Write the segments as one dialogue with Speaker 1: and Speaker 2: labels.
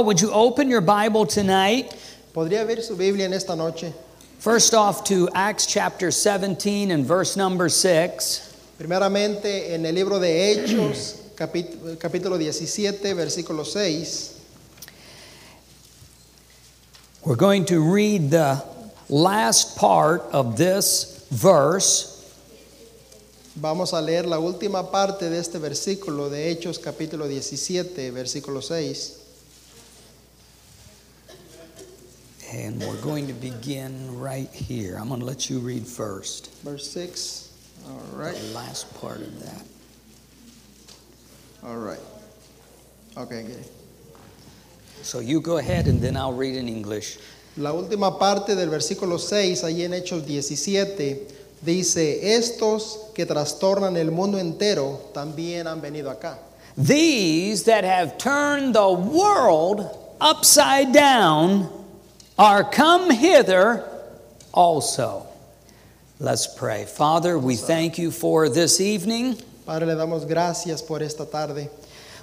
Speaker 1: Would you open your Bible tonight?
Speaker 2: ¿Podría ver su Biblia en esta noche?
Speaker 1: First off, to Acts chapter 17 and verse number 6.
Speaker 2: Primeramente en el libro de Hechos, capít- capítulo 17, versículo 6.
Speaker 1: We're going to read the last part of this verse.
Speaker 2: Vamos a leer la última parte de este versículo de Hechos, capítulo 17, versículo 6.
Speaker 1: And we're going to begin right here. I'm going to let you read first.
Speaker 2: Verse 6. All
Speaker 1: The
Speaker 2: right.
Speaker 1: last part of that.
Speaker 2: All right. Okay, okay.
Speaker 1: So you go ahead and then I'll read in English.
Speaker 2: La última parte del versículo 6, allí en Hechos 17, dice, estos que trastornan el mundo entero también han venido acá.
Speaker 1: These that have turned the world upside down are come hither also. Let's pray. Father, we thank you for this evening.
Speaker 2: Padre, le damos gracias por esta tarde.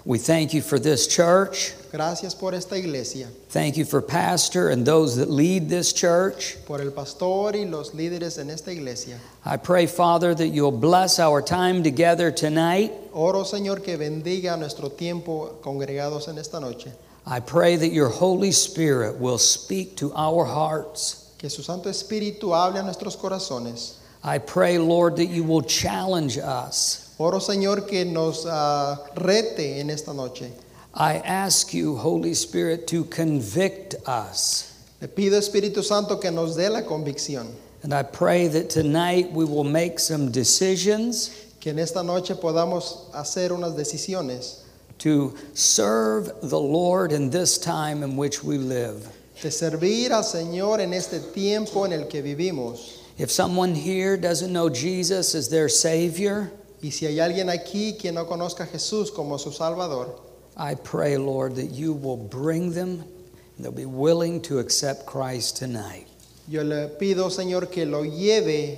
Speaker 1: We thank you for this church.
Speaker 2: Gracias por esta iglesia,
Speaker 1: Thank you for pastor and those that lead this church.
Speaker 2: por el pastor y los líderes en esta iglesia.
Speaker 1: I pray, Father, that you'll bless our time together tonight.
Speaker 2: Oro, Señor, que bendiga nuestro tiempo congregados en esta noche.
Speaker 1: I pray that your Holy Spirit will speak to our hearts.
Speaker 2: Que su Santo Espíritu hable a nuestros corazones.
Speaker 1: I pray, Lord, that you will challenge us.
Speaker 2: Oro, Señor, que nos ah, rete en esta noche.
Speaker 1: I ask you, Holy Spirit, to convict us.
Speaker 2: Le pido, Espíritu Santo, que nos dé la convicción.
Speaker 1: And I pray that tonight we will make some decisions
Speaker 2: Que en esta noche podamos hacer unas decisiones
Speaker 1: to serve the Lord in this time in which we live.
Speaker 2: de servir al Señor en este tiempo en el que vivimos.
Speaker 1: If someone here doesn't know Jesus as their Savior,
Speaker 2: Y si hay alguien aquí que no conozca a Jesús como su Salvador,
Speaker 1: I pray, Lord, that you will bring them and they'll be willing to accept Christ tonight.
Speaker 2: Yo le pido, Señor, que lo lleve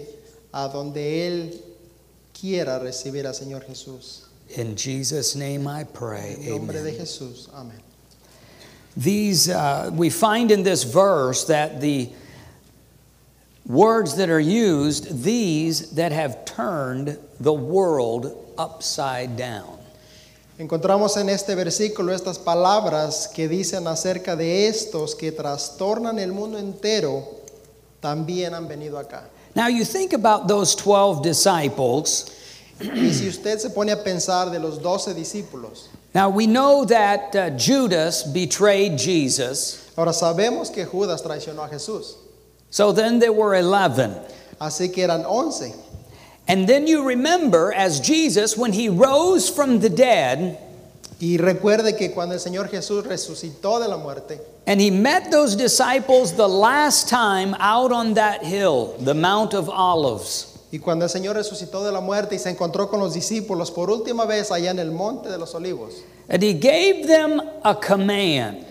Speaker 2: a donde Él quiera recibir al Señor Jesús.
Speaker 1: In Jesus' name I pray.
Speaker 2: En nombre de
Speaker 1: Amen.
Speaker 2: Jesús. Amén.
Speaker 1: These, uh, we find in this verse that the words that are used, these that have turned the world upside down.
Speaker 2: Encontramos en este versículo estas palabras que dicen acerca de estos que trastornan el mundo entero, también han venido acá.
Speaker 1: Now, you think about those 12 disciples.
Speaker 2: Y si usted se pone a pensar de los doce discípulos,
Speaker 1: Now, we know that uh, Judas betrayed Jesus,
Speaker 2: ahora sabemos que Judas traicionó a Jesús,
Speaker 1: so then there were 11.
Speaker 2: así que eran once.
Speaker 1: And then you remember, as Jesus, when he rose from the dead
Speaker 2: Y recuerde que cuando el Señor Jesús resucitó de la muerte,
Speaker 1: and he met those disciples the last time out on that hill, the Mount of Olives.
Speaker 2: Y cuando el Señor resucitó de la muerte y se encontró con los discípulos por última vez allá en el monte de los olivos,
Speaker 1: And he gave them a command.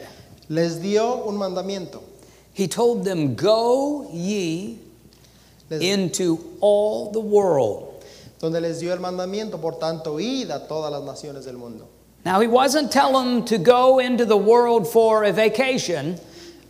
Speaker 2: les dio un mandamiento.
Speaker 1: He told them, Go ye
Speaker 2: les-
Speaker 1: into all the world.
Speaker 2: donde les dio el mandamiento, por tanto, id a todas las naciones del mundo.
Speaker 1: Now, he wasn't telling them to go into the world for a vacation.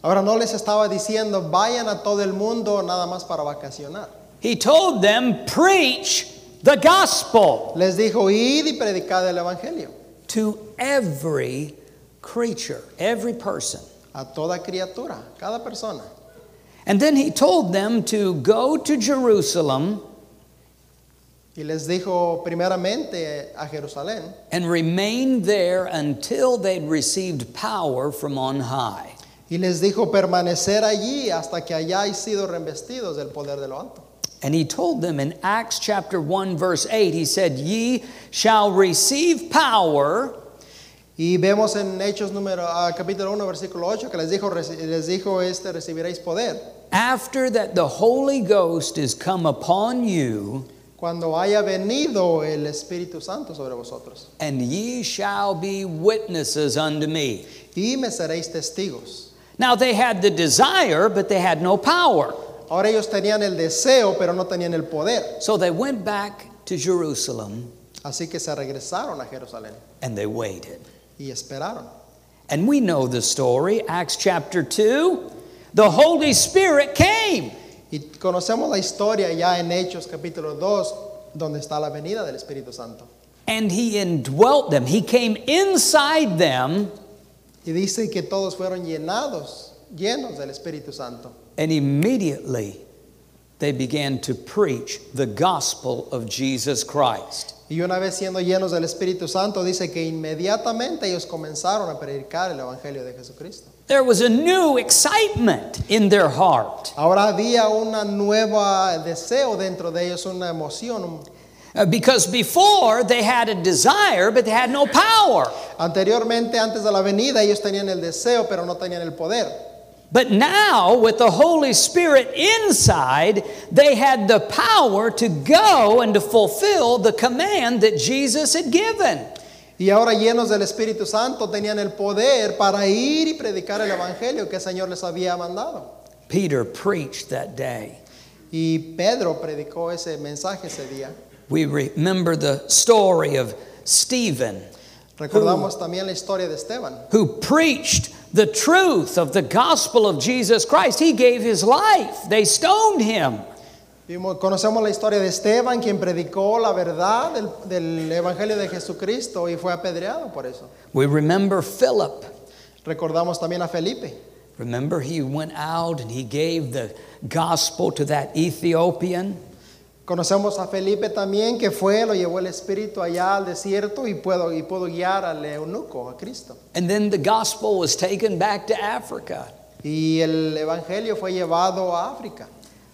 Speaker 2: Ahora no les estaba diciendo, vayan a todo el mundo nada más para vacacionar.
Speaker 1: He told them, Preach the gospel
Speaker 2: Les dijo, id y predicad el Evangelio
Speaker 1: to every creature, every person.
Speaker 2: a toda criatura, cada persona.
Speaker 1: And then he told them to go to Jerusalem
Speaker 2: Y les dijo primeramente a Jerusalén,
Speaker 1: and remain there until they'd received power from on high.
Speaker 2: y les dijo permanecer allí hasta que hayáis sido revestidos del poder de lo alto.
Speaker 1: And he told them in Acts chapter 1, verse 8, he said, Ye shall receive power
Speaker 2: Y vemos en Hechos número, ah, capítulo 1, versículo 8, que les dijo, reci- les dijo este, recibiréis poder
Speaker 1: after that the Holy Ghost is come upon you,
Speaker 2: cuando haya venido el Espíritu Santo sobre vosotros.
Speaker 1: and ye shall be witnesses unto me.
Speaker 2: Y me seréis testigos.
Speaker 1: Now they had the desire, but they had no power.
Speaker 2: Ahora ellos tenían el deseo, pero no tenían el poder.
Speaker 1: So they went back to Jerusalem
Speaker 2: Así que se regresaron a Jerusalén
Speaker 1: and they waited.
Speaker 2: y esperaron.
Speaker 1: And we know the story, Acts chapter 2. The Holy Spirit came.
Speaker 2: Y conocemos la historia ya en Hechos capítulo 2, donde está la venida del Espíritu Santo.
Speaker 1: And he indwelt them. He came inside them
Speaker 2: Y dice que todos fueron llenados, llenos del Espíritu Santo.
Speaker 1: And immediately they began to preach the gospel of Jesus Christ.
Speaker 2: Y una vez siendo llenos del Espíritu Santo, dice que inmediatamente ellos comenzaron a predicar el Evangelio de Jesucristo.
Speaker 1: There was a new excitement in their heart
Speaker 2: Ahora había una nueva deseo dentro de ellos, una emoción.
Speaker 1: uh, because before they had a desire, but they had no power.
Speaker 2: Anteriormente, antes de la venida, ellos tenían el deseo, pero no tenían el poder.
Speaker 1: But now, with the Holy Spirit inside, they had the power to go and to fulfill the command that Jesus had given.
Speaker 2: Y ahora llenos del Espíritu Santo, tenían el poder para ir y predicar el Evangelio que el Señor les había mandado.
Speaker 1: Peter preached that day.
Speaker 2: Y Pedro predicó ese mensaje ese día.
Speaker 1: We remember the story of Stephen.
Speaker 2: Recordamos también la historia de Esteban,
Speaker 1: who preached the truth of the gospel of Jesus Christ. He gave his life. They stoned him.
Speaker 2: Vimos- Conocemos la historia de Esteban, quien predicó la verdad del, del Evangelio de Jesucristo y fue apedreado por eso.
Speaker 1: We remember Philip.
Speaker 2: Recordamos también a Felipe,
Speaker 1: Remember, he went out and he gave the gospel to that Ethiopian.
Speaker 2: Conocemos a Felipe también que fue, lo llevó el Espíritu allá al desierto y pudo, y pudo guiar al eunuco, a Cristo.
Speaker 1: And then the gospel was taken back to Africa.
Speaker 2: Y el Evangelio fue llevado a África.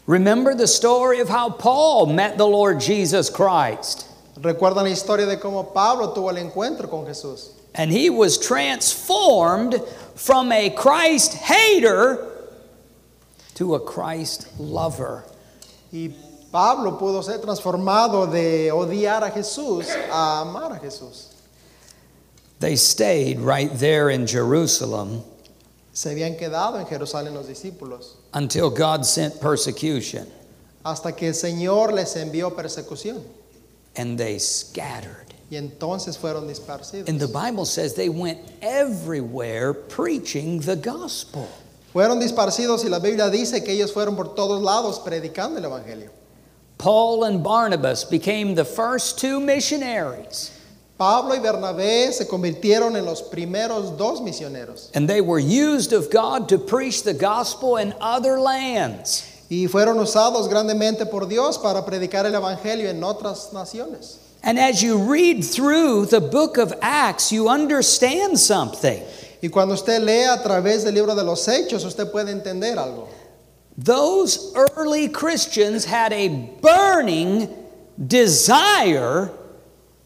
Speaker 1: Remember the story of how Paul met the Lord Jesus Christ.
Speaker 2: Recuerdan la historia de cómo Pablo tuvo el encuentro con Jesús.
Speaker 1: And he was transformed from a Christ hater to a Christ lover.
Speaker 2: Y Pablo pudo ser transformado de odiar a Jesús a amar a Jesús.
Speaker 1: They stayed right there in Jerusalem
Speaker 2: Se habían quedado en Jerusalén los discípulos
Speaker 1: until God sent persecution
Speaker 2: hasta que el Señor les envió persecución
Speaker 1: and they scattered.
Speaker 2: y entonces fueron disparcidos.
Speaker 1: And the Bible says they went everywhere preaching the gospel.
Speaker 2: Fueron disparcidos y la Biblia dice que ellos fueron por todos lados predicando el Evangelio.
Speaker 1: Paul and Barnabas became the first two missionaries,
Speaker 2: Pablo y Bernabé se convirtieron en los primeros dos misioneros
Speaker 1: and they were used of God to preach the gospel in other lands.
Speaker 2: y fueron usados grandemente por Dios para predicar el Evangelio en otras naciones.
Speaker 1: And as you read through the book of Acts, you understand something.
Speaker 2: Y cuando usted lee a través del libro de los Hechos, usted puede entender algo.
Speaker 1: Those early Christians had a burning desire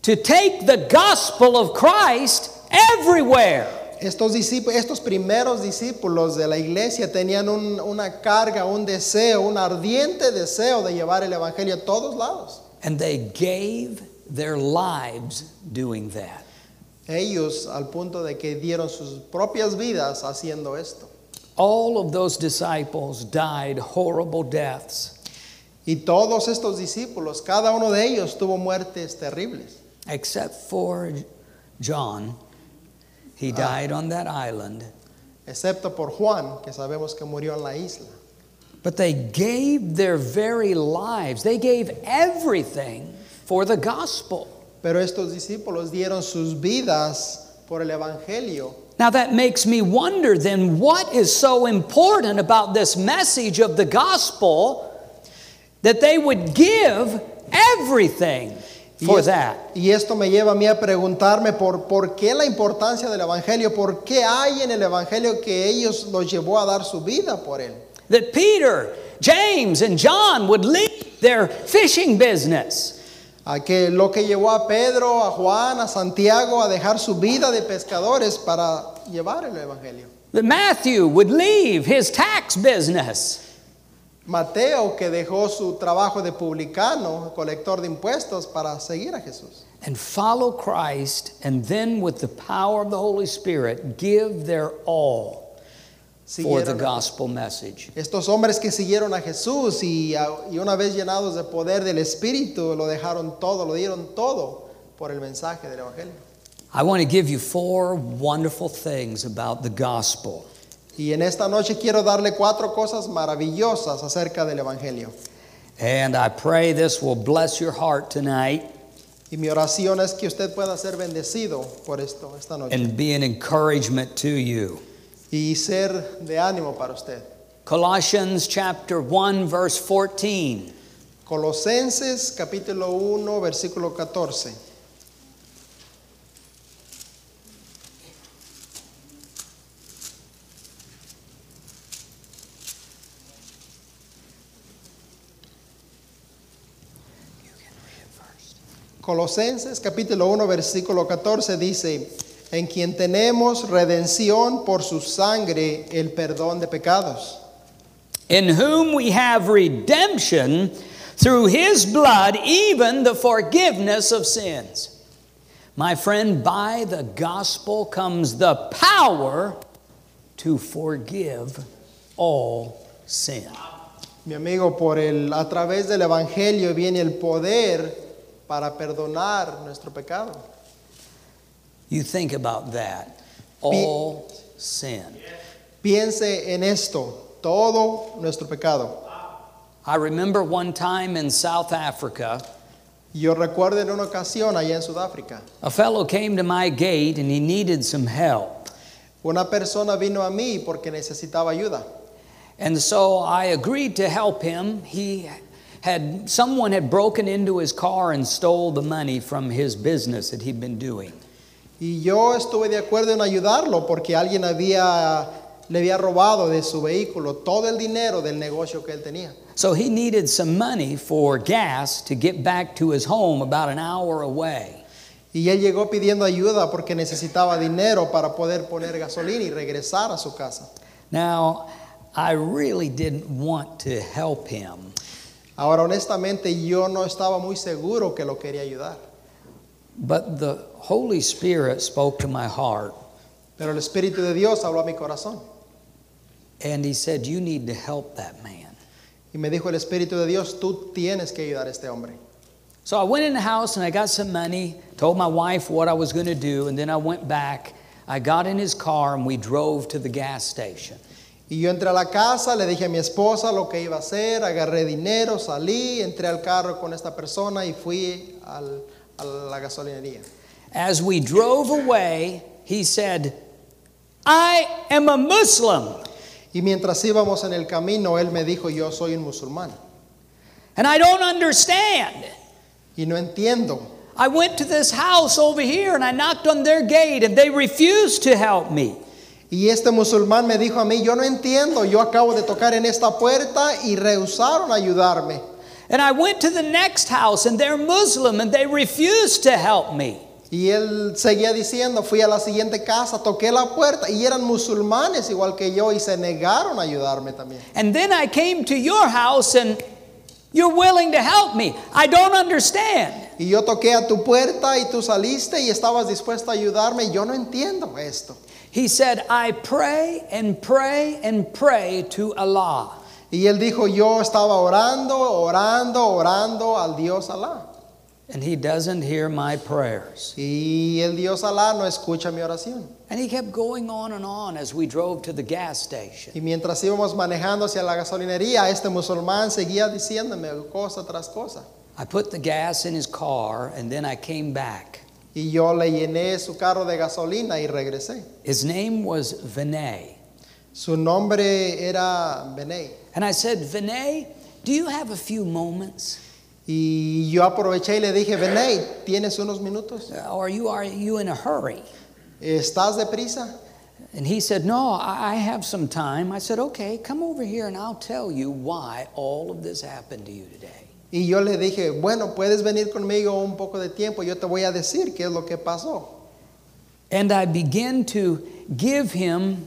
Speaker 1: to take the gospel of Christ everywhere.
Speaker 2: Estos, discípu- estos primeros discípulos de la iglesia tenían un- una carga, un deseo, un ardiente deseo de llevar el Evangelio a todos lados.
Speaker 1: And they gave their lives doing that.
Speaker 2: Ellos al punto de que dieron sus propias vidas haciendo esto.
Speaker 1: All of those disciples died horrible deaths,
Speaker 2: Y todos estos discípulos, cada uno de ellos tuvo muertes terribles,
Speaker 1: except for John. He died on that island.
Speaker 2: excepto por Juan, que sabemos que murió en la isla.
Speaker 1: But they gave their very lives, they gave everything for the gospel.
Speaker 2: Pero estos discípulos dieron sus vidas por el Evangelio.
Speaker 1: Now that makes me wonder then what is so important about this message of the gospel that they would give everything
Speaker 2: Y
Speaker 1: for
Speaker 2: es-
Speaker 1: that.
Speaker 2: y esto me lleva a mí a preguntarme por, por qué la importancia del Evangelio, por qué hay en el Evangelio que ellos los llevó a dar su vida por él.
Speaker 1: That Peter, James, and John would leave their fishing business
Speaker 2: A que lo que llevó a Pedro, a Juan, a Santiago a dejar su vida de pescadores para llevar el Evangelio.
Speaker 1: that Matthew would leave his tax business.
Speaker 2: Mateo que dejó su trabajo de publicano, colector de impuestos, para seguir a Jesús.
Speaker 1: And follow Christ, and then with the power of the Holy Spirit, give their all for the
Speaker 2: Siguieron a-
Speaker 1: gospel message.
Speaker 2: estos hombres que siguieron a Jesús y, a- y una vez llenados de poder del Espíritu, lo dejaron todo, lo dieron todo por el mensaje del Evangelio.
Speaker 1: I want to give you four wonderful things about the gospel.
Speaker 2: Y en esta noche quiero darle cuatro cosas maravillosas acerca del Evangelio.
Speaker 1: And I pray this will bless your heart tonight
Speaker 2: Y mi oración es que usted pueda ser bendecido por esto esta noche
Speaker 1: and be an encouragement to you.
Speaker 2: y ser de ánimo para usted.
Speaker 1: Colossians chapter 1 verse 14.
Speaker 2: Colosenses capítulo 1, versículo 14. Colosenses capítulo 1, versículo 14 dice, en quien tenemos redención por su sangre, el perdón de pecados.
Speaker 1: In whom we have redemption through his blood, even the forgiveness of sins. My friend, by the gospel comes the power to forgive all sin.
Speaker 2: Mi amigo, por el, a través del Evangelio viene el poder para perdonar nuestro pecado.
Speaker 1: You think about that. All sin.
Speaker 2: Piense en esto, todo nuestro pecado.
Speaker 1: I remember one time in South Africa,
Speaker 2: Yo recuerdo en una ocasión allá en Sudáfrica,
Speaker 1: a fellow came to my gate and he needed some help.
Speaker 2: una persona vino a mí porque necesitaba ayuda.
Speaker 1: And so I agreed to help him. He had someone had broken into his car and stole the money from his business that he'd been doing.
Speaker 2: Y yo estuve de acuerdo en ayudarlo porque alguien había, le había robado de su vehículo todo el dinero del negocio que él tenía.
Speaker 1: So he needed some money for gas to get back to his home about an hour away.
Speaker 2: Y él llegó pidiendo ayuda porque necesitaba dinero para poder poner gasolina y regresar a su casa.
Speaker 1: Now, I really didn't want to help him.
Speaker 2: Ahora honestamente yo no estaba muy seguro que lo quería ayudar,
Speaker 1: But the Holy Spirit spoke to my heart
Speaker 2: pero el Espíritu de Dios habló a mi corazón
Speaker 1: and he said, You need to help that man.
Speaker 2: y me dijo el Espíritu de Dios, tú tienes que ayudar a este hombre.
Speaker 1: So I went in the house and I got some money, told my wife what I was going to do, and then I went back. I got in his car and we drove to the gas station.
Speaker 2: Y yo entré a la casa, le dije a mi esposa lo que iba a hacer, agarré dinero, salí, entré al carro con esta persona y fui al- a la gasolinería.
Speaker 1: As we drove away, he said, I am a Muslim
Speaker 2: Y mientras íbamos en el camino, él me dijo, yo soy un musulmán
Speaker 1: and I don't understand.
Speaker 2: y no entiendo.
Speaker 1: I went to this house over here and I knocked on their gate and they refused to help me.
Speaker 2: Y este musulmán me dijo a mí, yo no entiendo, yo acabo de tocar en esta puerta y rehusaron ayudarme.
Speaker 1: And I went to the next house and they're Muslim and they refused to help me.
Speaker 2: Y él seguía diciendo, fui a la siguiente casa, toqué la puerta y eran musulmanes igual que yo y se negaron a ayudarme también.
Speaker 1: And then I came to your house and you're willing to help me. I don't understand.
Speaker 2: Y yo toqué a tu puerta y tú saliste y estabas dispuesto a ayudarme y yo no entiendo esto.
Speaker 1: He said, I pray and pray and pray to Allah.
Speaker 2: Y él dijo, yo estaba orando, orando, orando al Dios Alá.
Speaker 1: And he doesn't hear my prayers.
Speaker 2: Y el Dios Alá no escucha mi oración.
Speaker 1: And he kept going on and on as we drove to the gas station.
Speaker 2: Y mientras íbamos manejando hacia la gasolinería, este musulmán seguía diciéndome cosa tras cosa.
Speaker 1: I put the gas in his car and then I came back.
Speaker 2: Y yo le llené su carro de gasolina y regresé.
Speaker 1: His name was Vinay.
Speaker 2: Su nombre era Benei.
Speaker 1: And I said, Vinay, do you have a few moments?
Speaker 2: Y yo aproveché y le dije, Benei, ¿tienes unos minutos?
Speaker 1: Or you are you in a hurry?
Speaker 2: ¿Estás deprisa?
Speaker 1: And he said, No, I I have some time. I said, Okay, come over here and I'll tell you why all of this happened to you today.
Speaker 2: Y yo le dije, bueno, puedes venir conmigo un poco de tiempo, yo te voy a decir qué es lo que pasó.
Speaker 1: And I began to give him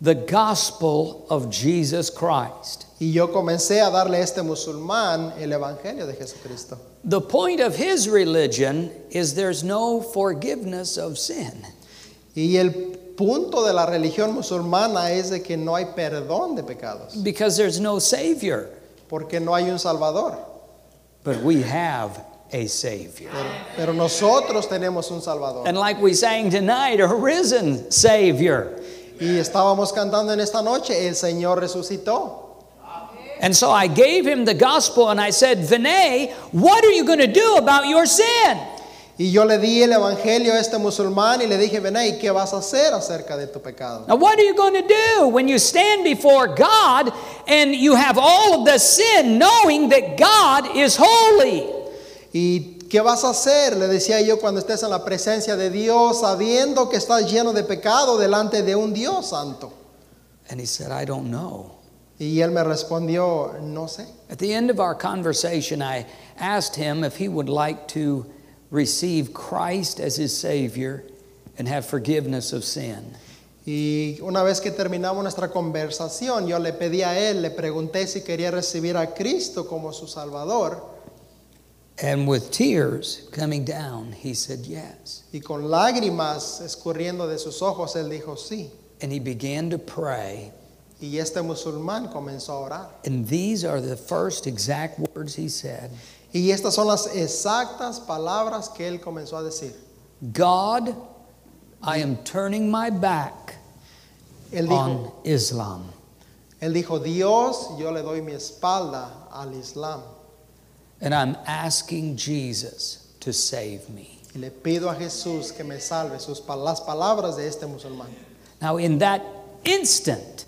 Speaker 1: the gospel of Jesus Christ.
Speaker 2: Y yo comencé a darle a este musulmán el Evangelio de Jesucristo.
Speaker 1: The point of his religion is there's no forgiveness of sin.
Speaker 2: Y el punto de la religión musulmana es de que no hay perdón de pecados,
Speaker 1: Because there's no Savior,
Speaker 2: porque no hay un Salvador,
Speaker 1: but we have a Savior.
Speaker 2: Pero, pero nosotros tenemos un Salvador.
Speaker 1: And like we sang tonight, a risen Savior.
Speaker 2: Y estábamos cantando en esta noche, el Señor resucitó.
Speaker 1: And so I gave him the gospel and I said, Vinay, what are you going to do about your sin?
Speaker 2: Y yo le di el evangelio a este musulmán y le dije, ven ahí, ¿qué vas a hacer acerca de tu pecado?
Speaker 1: Now, what are you going to do when you stand before God and you have all of the sin knowing that God is holy?
Speaker 2: ¿Y qué vas a hacer? Le decía yo cuando estés en la presencia de Dios, sabiendo que estás lleno de pecado delante de un Dios santo.
Speaker 1: And he said, I don't know.
Speaker 2: Y él me respondió, no sé.
Speaker 1: At the end of our conversation, I asked him if he would like to receive Christ as his Savior and have forgiveness of sin.
Speaker 2: Y una vez que terminamos nuestra conversación, yo le pedí a él, le pregunté si quería recibir a Cristo como su Salvador.
Speaker 1: And with tears coming down, he said yes.
Speaker 2: Y con lágrimas escurriendo de sus ojos, él dijo sí.
Speaker 1: And he began to pray.
Speaker 2: Y este musulmán comenzó a orar.
Speaker 1: And these are the first exact words he said
Speaker 2: Y estas son las exactas palabras que él comenzó a decir.
Speaker 1: God, I am turning my back
Speaker 2: Él dijo,
Speaker 1: on Islam.
Speaker 2: él dijo, Dios, yo le doy mi espalda al Islam
Speaker 1: And I'm asking Jesus to save me.
Speaker 2: y le pido a Jesús que me salve. Sus, pa- las palabras de este musulmán.
Speaker 1: Now, in that instant,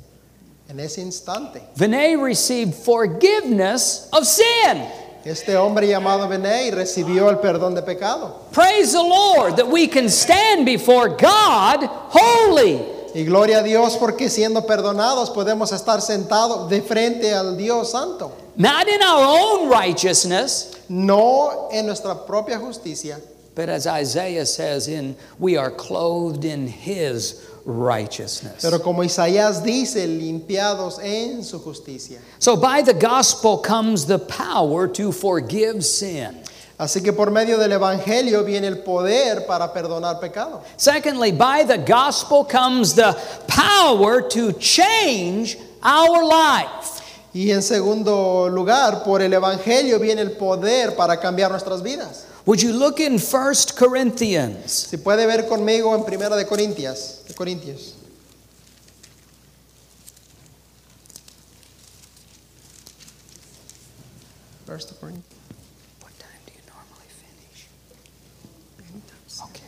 Speaker 2: En ese instante,
Speaker 1: Vinay received forgiveness of sin.
Speaker 2: este hombre llamado Benei recibió el perdón de pecado.
Speaker 1: Praise the Lord that we can stand before God holy.
Speaker 2: Y gloria a Dios porque siendo perdonados podemos estar sentados de frente al Dios Santo.
Speaker 1: Not in our own righteousness,
Speaker 2: No en nuestra propia justicia,
Speaker 1: but as Isaiah says, in we are clothed in his righteousness.
Speaker 2: pero como Isaías dice, limpiados en su justicia.
Speaker 1: So by the gospel comes the power to forgive sin.
Speaker 2: Así que por medio del Evangelio viene el poder para perdonar pecado.
Speaker 1: Secondly, by the gospel comes the power to change our life.
Speaker 2: Y en segundo lugar, por el Evangelio viene el poder para cambiar nuestras vidas.
Speaker 1: Would you look in 1 Corinthians?
Speaker 2: Si puede ver conmigo en Primera de Corintias, de Corintios. First of Corinthians.
Speaker 1: What time do you normally finish? Okay.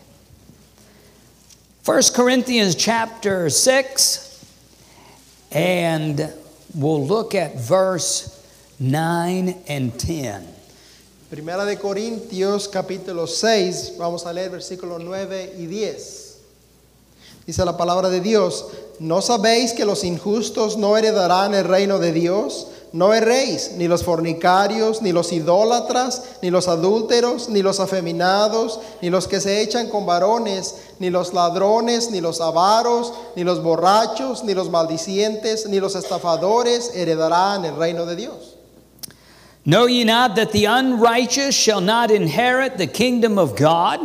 Speaker 1: 1 Corinthians chapter 6, and we'll look at verse 9 and 10.
Speaker 2: Primera de Corintios capítulo 6, vamos a leer versículos 9 y 10. Dice la palabra de Dios, ¿no sabéis que los injustos no heredarán el reino de Dios? No erréis, ni los fornicarios, ni los idólatras, ni los adúlteros, ni los afeminados, ni los que se echan con varones, ni los ladrones, ni los avaros, ni los borrachos, ni los maldicientes, ni los estafadores heredarán el reino de Dios.
Speaker 1: Know ye not that the unrighteous shall not inherit the kingdom of God?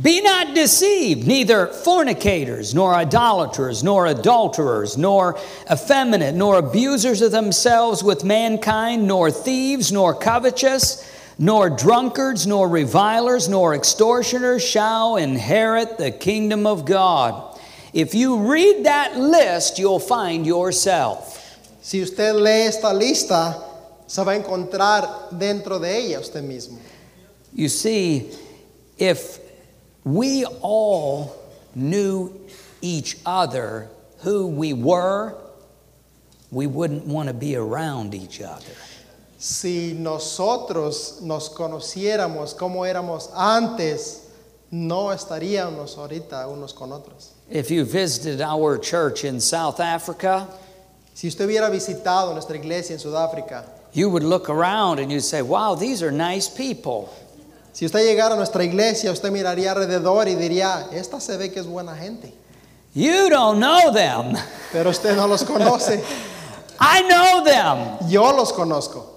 Speaker 1: Be not deceived, neither fornicators, nor idolaters, nor adulterers, nor effeminate, nor abusers of themselves with mankind, nor thieves, nor covetous, nor drunkards, nor revilers, nor extortioners shall inherit the kingdom of God. If you read that list, you'll find yourself.
Speaker 2: Si usted lee esta lista, se va a encontrar dentro de ella usted mismo.
Speaker 1: You see, if we all knew each other who we were, we wouldn't want to be around each other.
Speaker 2: Si nosotros nos conociéramos como éramos antes, no estaríamos ahorita unos con otros.
Speaker 1: If you visited our church in South Africa,
Speaker 2: Si usted hubiera visitado nuestra iglesia en Sudáfrica,
Speaker 1: you would look around and you'd say, Wow, these are nice people.
Speaker 2: si usted llegara a nuestra iglesia, usted miraría alrededor y diría, esta se ve que es buena gente,
Speaker 1: You don't know them.
Speaker 2: pero usted no los conoce.
Speaker 1: I know them.
Speaker 2: Yo los conozco.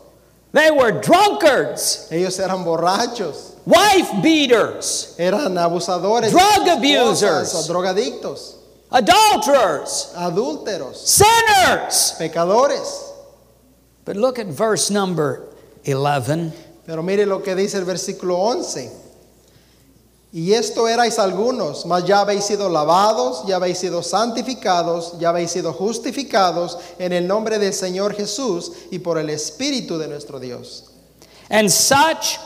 Speaker 1: They were drunkards,
Speaker 2: Ellos eran borrachos,
Speaker 1: wife beaters,
Speaker 2: eran abusadores, de
Speaker 1: Drug
Speaker 2: sus esposas,
Speaker 1: abusers.
Speaker 2: drogadictos.
Speaker 1: adulterers,
Speaker 2: adúlteros,
Speaker 1: sinners.
Speaker 2: pecadores.
Speaker 1: But look at verse number 11.
Speaker 2: Pero mire lo que dice el versículo 11. Y esto erais algunos, mas ya habéis sido lavados, ya habéis sido santificados, ya habéis sido justificados en el nombre del Señor Jesús y por el Espíritu de nuestro Dios.
Speaker 1: And such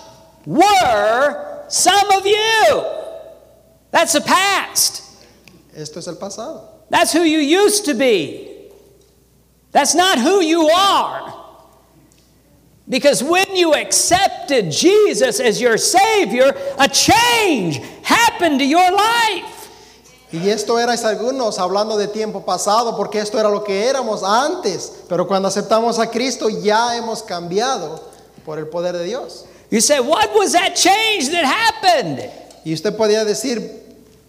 Speaker 1: were some of you. That's the past.
Speaker 2: Esto es el pasado.
Speaker 1: That's who you used to be. That's not who you are. Because when you accepted Jesus as your Savior, a change happened to your life.
Speaker 2: Y esto erais algunos, hablando de tiempo pasado, porque esto era lo que éramos antes. Pero cuando aceptamos a Cristo ya hemos cambiado por el poder de Dios.
Speaker 1: You say, What was that change that happened?
Speaker 2: Y usted podría decir,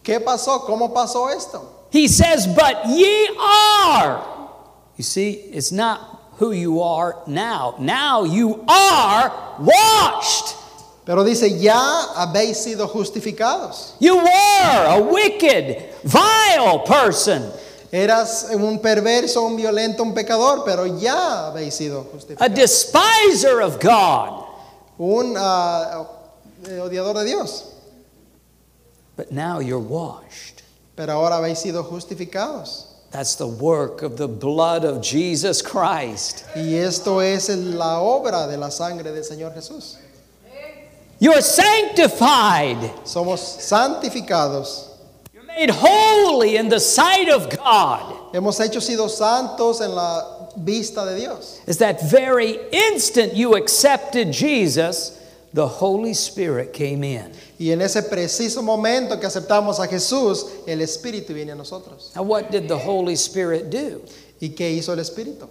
Speaker 2: ¿qué pasó? ¿Cómo pasó esto?
Speaker 1: He says, But ye are. You see, it's not who you are now. Now you are washed.
Speaker 2: Pero dice, ya habéis sido justificados.
Speaker 1: You were a wicked, vile person,
Speaker 2: Eras un perverso, un violento, un pecador, pero ya habéis sido
Speaker 1: a
Speaker 2: justificados.
Speaker 1: despiser of God.
Speaker 2: Un ah, eh, odiador de Dios,
Speaker 1: But now you're washed.
Speaker 2: pero ahora habéis sido justificados.
Speaker 1: That's the work of the blood of Jesus Christ.
Speaker 2: Y esto es el- la obra de la sangre del Señor Jesús.
Speaker 1: You're sanctified.
Speaker 2: Somos santificados.
Speaker 1: You're made holy in the sight of God.
Speaker 2: Hemos hecho sido santos en la vista de Dios.
Speaker 1: Is that very instant you accepted Jesus, the Holy Spirit came in.
Speaker 2: Y en ese preciso momento que aceptamos a Jesús, el Espíritu viene a nosotros.
Speaker 1: Now, what did the Holy Spirit do?
Speaker 2: ¿Y qué hizo el Espíritu?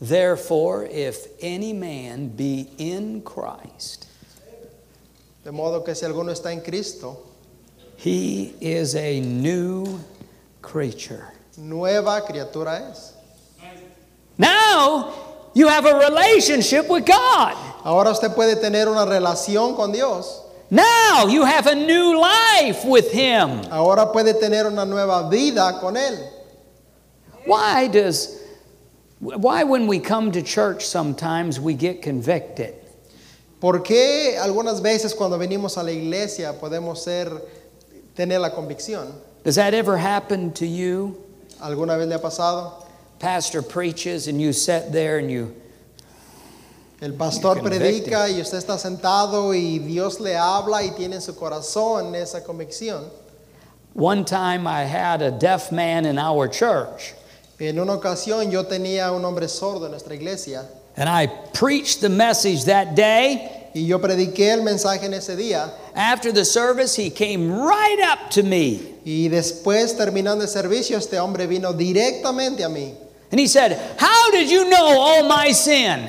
Speaker 1: Therefore, if any man be in Christ,
Speaker 2: De modo que si alguno está en Cristo,
Speaker 1: he is a new creature.
Speaker 2: nueva criatura es.
Speaker 1: Now, you have a relationship with God.
Speaker 2: Ahora usted puede tener una relación con Dios.
Speaker 1: Now you have a new life with him.
Speaker 2: Ahora puede tener una nueva vida con Él.
Speaker 1: Why does why when we come to church sometimes we get convicted?
Speaker 2: ¿Por qué algunas veces cuando venimos a la iglesia podemos ser, tener la convicción?
Speaker 1: Does that ever happen to you?
Speaker 2: ¿Alguna vez le ha pasado?
Speaker 1: Pastor preaches and you sit there and you
Speaker 2: El pastor
Speaker 1: You're
Speaker 2: predica y usted está sentado y Dios le habla y tiene en su corazón esa convicción.
Speaker 1: one time I had a deaf man in our church
Speaker 2: En una ocasión yo tenía un hombre sordo en nuestra iglesia
Speaker 1: and I preached the message that day.
Speaker 2: y yo prediqué el mensaje en ese día
Speaker 1: After the service he came right up to me
Speaker 2: y después terminando el servicio este hombre vino directamente a mí
Speaker 1: and he said, "How did you know all my sin?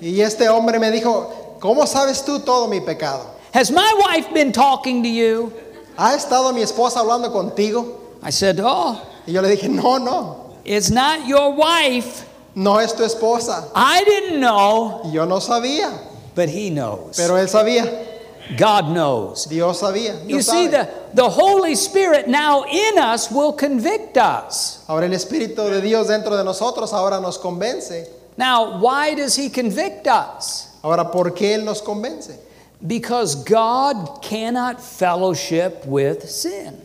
Speaker 2: y este hombre me dijo, ¿cómo sabes tú todo mi pecado?
Speaker 1: Has my wife been talking to you?"
Speaker 2: ¿Ha estado mi esposa hablando contigo?
Speaker 1: I said, "Oh,
Speaker 2: Y yo le dije, no, no,
Speaker 1: It's not your wife.
Speaker 2: no es tu esposa.
Speaker 1: I didn't know,
Speaker 2: Y yo no sabía,
Speaker 1: but he knows.
Speaker 2: pero él sabía,
Speaker 1: God knows.
Speaker 2: Dios sabía. Dios
Speaker 1: You see,
Speaker 2: sabe.
Speaker 1: the, the Holy Spirit now in us will convict us.
Speaker 2: Ahora el Espíritu de Dios dentro de nosotros ahora nos convence.
Speaker 1: Now, why does he convict us?
Speaker 2: Ahora, ¿por qué Él nos convence?
Speaker 1: Because God cannot fellowship with sin.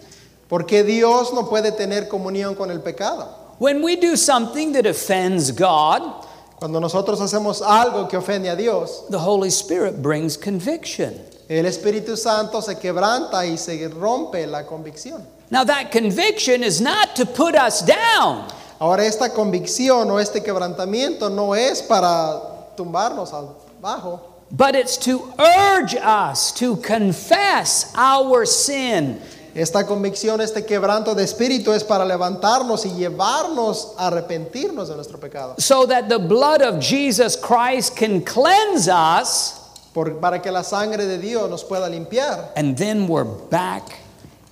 Speaker 2: Porque Dios no puede tener comunión con el pecado.
Speaker 1: When we do something that offends God,
Speaker 2: Cuando nosotros hacemos algo que ofende a Dios,
Speaker 1: the Holy Spirit brings conviction.
Speaker 2: el Espíritu Santo se quebranta y se rompe la convicción.
Speaker 1: Now, that conviction is not to put us down,
Speaker 2: Ahora, esta convicción o este quebrantamiento no es para tumbarnos abajo,
Speaker 1: But it's to urge us to confess our sin.
Speaker 2: esta convicción, este quebranto de espíritu es para levantarnos y llevarnos a arrepentirnos de nuestro pecado.
Speaker 1: So that the blood of Jesus Christ can cleanse us,
Speaker 2: Por- para que la sangre de Dios nos pueda limpiar.
Speaker 1: and then we're back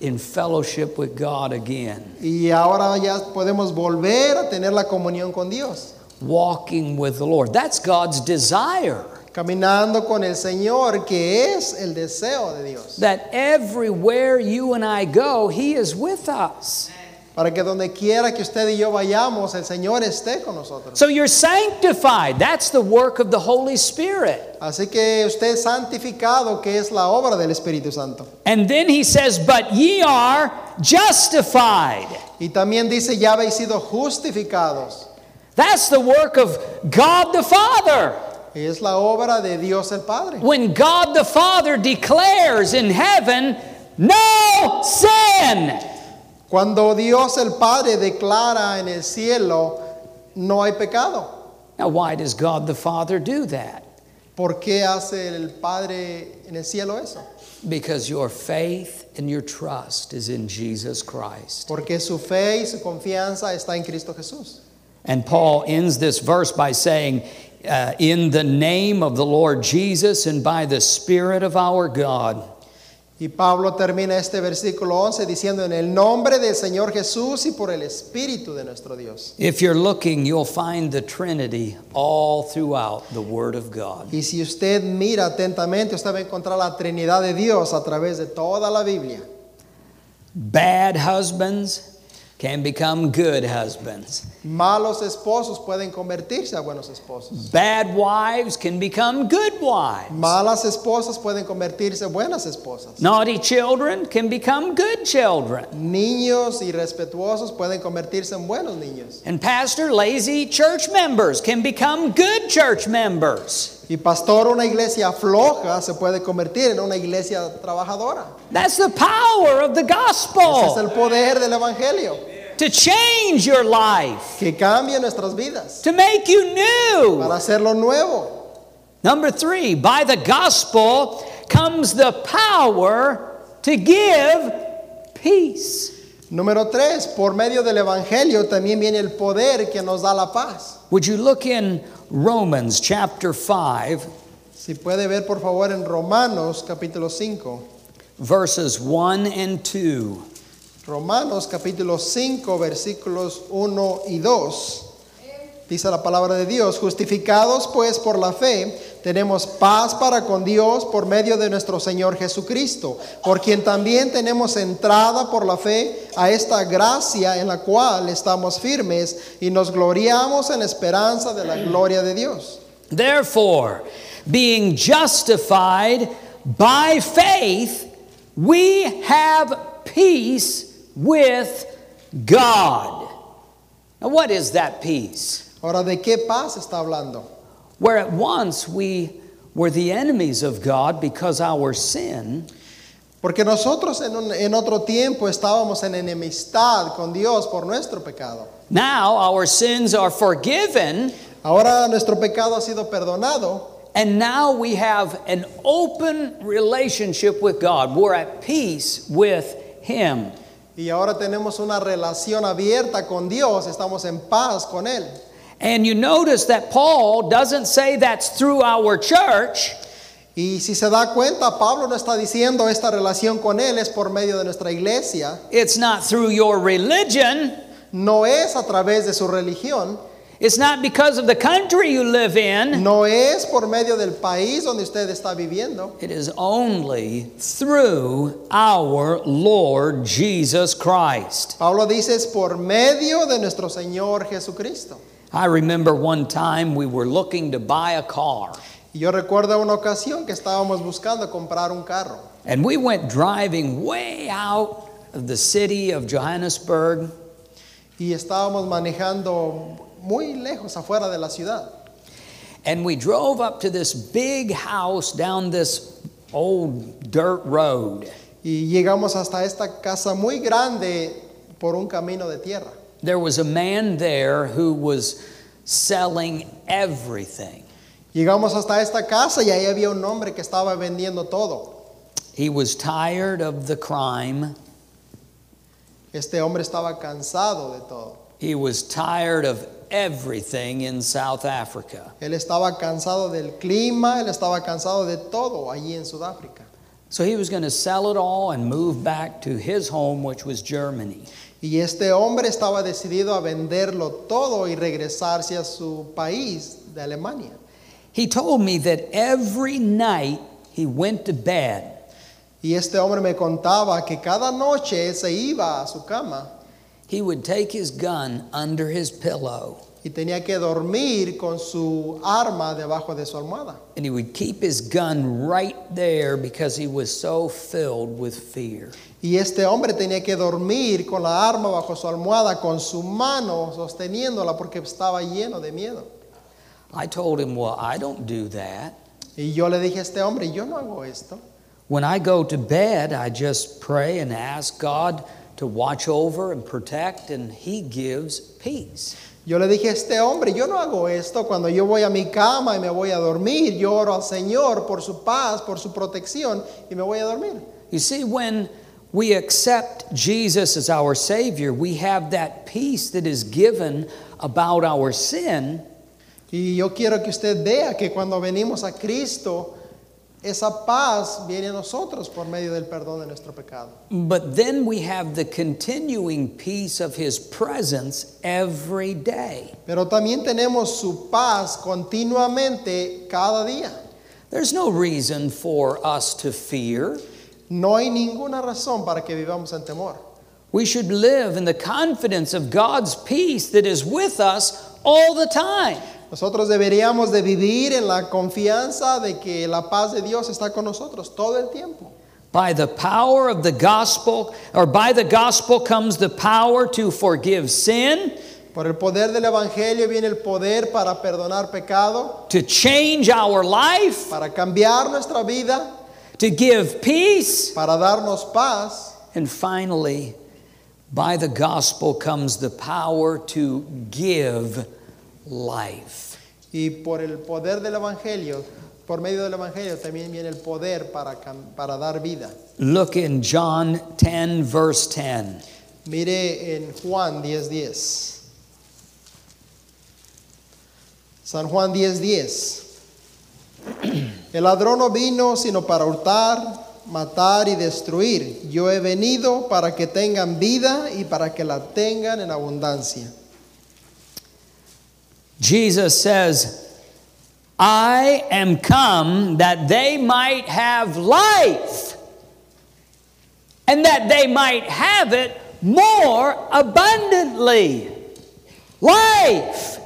Speaker 1: in fellowship with God again,
Speaker 2: Y ahora ya podemos volver a tener la comunión con Dios.
Speaker 1: walking with the Lord. That's God's desire
Speaker 2: Caminando con el Señor, que es el deseo de Dios.
Speaker 1: that everywhere you and I go, He is with us.
Speaker 2: para que donde quiera que usted y yo vayamos, el Señor esté con nosotros.
Speaker 1: So you're sanctified. That's the work of the Holy Spirit.
Speaker 2: Así que usted es santificado, que es la obra del Espíritu Santo.
Speaker 1: And then he says, But ye are justified.
Speaker 2: Y también dice, ya habéis sido justificados.
Speaker 1: That's the work of God the Father.
Speaker 2: Y es la obra de Dios el Padre.
Speaker 1: When God the Father declares in heaven, No sin.
Speaker 2: Cuando Dios el Padre declara en el cielo, no hay pecado.
Speaker 1: Now, why does God the Father do that?
Speaker 2: ¿Por qué hace el Padre en el cielo eso?
Speaker 1: Because your faith and your trust is in Jesus Christ.
Speaker 2: Porque su fe y su confianza está en Cristo Jesús.
Speaker 1: And Paul ends this verse by saying, uh, In the name of the Lord Jesus and by the Spirit of our God.
Speaker 2: Y Pablo termina este versículo 11 diciendo, en el nombre del Señor Jesús y por el Espíritu de nuestro Dios.
Speaker 1: If you're looking, you'll find the Trinity all throughout the Word of God.
Speaker 2: Y si usted mira atentamente, usted va a encontrar la Trinidad de Dios a través de toda la Biblia.
Speaker 1: Bad husbands can become good husbands,
Speaker 2: Malos esposos pueden convertirse a buenos esposos.
Speaker 1: bad wives can become good wives.
Speaker 2: Malas esposas pueden convertirse en buenas esposas.
Speaker 1: Naughty children can become good children.
Speaker 2: Niños irrespetuosos pueden convertirse en buenos niños.
Speaker 1: And pastor, lazy church members can become good church members.
Speaker 2: Y pastor, una iglesia floja se puede convertir en una iglesia trabajadora.
Speaker 1: That's the power of the
Speaker 2: Ese es
Speaker 1: gospel
Speaker 2: el poder del evangelio
Speaker 1: to change your life,
Speaker 2: que cambia nuestras vidas
Speaker 1: to make you new.
Speaker 2: para hacerlo nuevo.
Speaker 1: Number three, by the gospel comes the power to give peace.
Speaker 2: Número tres, por medio del evangelio también viene el poder que nos da la paz.
Speaker 1: Would you look in Romans chapter 5,
Speaker 2: Si puede ver por favor en Romanos capítulo 5.
Speaker 1: verses 1 and 2?
Speaker 2: Romanos capítulo 5 versículos 1 y 2. Dice la palabra de Dios, justificados pues por la fe, tenemos paz para con Dios por medio de nuestro Señor Jesucristo, por quien también tenemos entrada por la fe a esta gracia en la cual estamos firmes y nos gloriamos en la esperanza de la gloria de Dios.
Speaker 1: Therefore, being justified by faith, we have peace with God. Now, what is that peace?
Speaker 2: Ahora, ¿de qué paz está hablando?
Speaker 1: Where at once we were the enemies of God because our sin,
Speaker 2: Porque nosotros en, un- en otro tiempo estábamos en enemistad con Dios por nuestro pecado.
Speaker 1: now our sins are forgiven,
Speaker 2: Ahora nuestro pecado ha sido perdonado
Speaker 1: and now we have an open relationship with God. We're at peace with Him.
Speaker 2: y ahora tenemos una relación abierta con Dios, estamos en paz con Él.
Speaker 1: And you notice that Paul doesn't say that's through our church.
Speaker 2: Y si se da cuenta, Pablo no está diciendo esta relación con Él es por medio de nuestra iglesia,
Speaker 1: It's not through your religion.
Speaker 2: no es a través de su religión,
Speaker 1: It's not because of the country you live in.
Speaker 2: no es por medio del país donde usted está viviendo,
Speaker 1: It is only through our Lord Jesus Christ.
Speaker 2: Pablo dice es por medio de nuestro Señor Jesucristo.
Speaker 1: I remember one time we were looking to buy a car,
Speaker 2: Y yo recuerdo una ocasión que estábamos buscando comprar un carro
Speaker 1: and we went driving way out of the city of Johannesburg,
Speaker 2: y estábamos manejando muy lejos afuera de la ciudad.
Speaker 1: and we drove up to this big house down this old dirt road.
Speaker 2: Y llegamos hasta esta casa muy grande por un camino de tierra.
Speaker 1: There was a man there who was selling everything.
Speaker 2: Llegamos hasta esta casa y ahí había un hombre que estaba vendiendo todo.
Speaker 1: He was tired of the crime.
Speaker 2: Este hombre estaba cansado de todo.
Speaker 1: He was tired of everything in South Africa.
Speaker 2: Él estaba cansado del clima, él estaba cansado de todo allí en Sudáfrica.
Speaker 1: So he was going to sell it all and move back to his home, which was Germany.
Speaker 2: Y este hombre estaba decidido a venderlo todo y regresarse a su país de Alemania.
Speaker 1: He told me that every night he went to bed,
Speaker 2: Y este hombre me contaba que cada noche él se iba a su cama
Speaker 1: he would take his gun under his pillow
Speaker 2: y tenía que dormir con su arma debajo de su almohada.
Speaker 1: and he would keep his gun right there because he was so filled with fear.
Speaker 2: Y este hombre tenía que dormir con la arma bajo su almohada, con su mano sosteniéndola porque estaba lleno de miedo.
Speaker 1: I told him, Well, I don't do that.
Speaker 2: Y yo le dije a este hombre, yo no hago esto.
Speaker 1: When I go to bed, I just pray and ask God to watch over and protect, and He gives peace.
Speaker 2: Yo le dije a este hombre, yo no hago esto. Cuando yo voy a mi cama y me voy a dormir, yo oro al Señor por su paz, por su protección y me voy a dormir.
Speaker 1: You see, when we accept Jesus as our Savior, we have that peace that is given about our sin,
Speaker 2: Y yo quiero que usted vea que cuando venimos a Cristo, esa paz viene a nosotros por medio del perdón de nuestro pecado.
Speaker 1: but then we have the continuing peace of His presence every day.
Speaker 2: Pero también tenemos su paz continuamente cada día.
Speaker 1: There's no reason for us to fear.
Speaker 2: No hay ninguna razón para que vivamos en temor.
Speaker 1: We should live in the confidence of God's peace that is with us all the time.
Speaker 2: Nosotros deberíamos de vivir en la confianza de que la paz de Dios está con nosotros todo el tiempo.
Speaker 1: By the power of the gospel, or by the gospel comes the power to forgive sin,
Speaker 2: Por el poder del Evangelio viene el poder para perdonar pecado,
Speaker 1: to change our life,
Speaker 2: para cambiar nuestra vida,
Speaker 1: to give peace.
Speaker 2: para darnos paz.
Speaker 1: And finally, by the gospel comes the power to give life.
Speaker 2: Y por el poder del Evangelio, por medio del Evangelio también viene el poder para, cam- para dar vida.
Speaker 1: Look in John 10, verse 10.
Speaker 2: Mire en Juan 10:10. San Juan 10:10. El ladrón no vino sino para hurtar, matar y destruir. Yo he venido para que tengan vida y para que la tengan en abundancia.
Speaker 1: Jesus says, I am come that they might have life and that they might have it more abundantly. Life.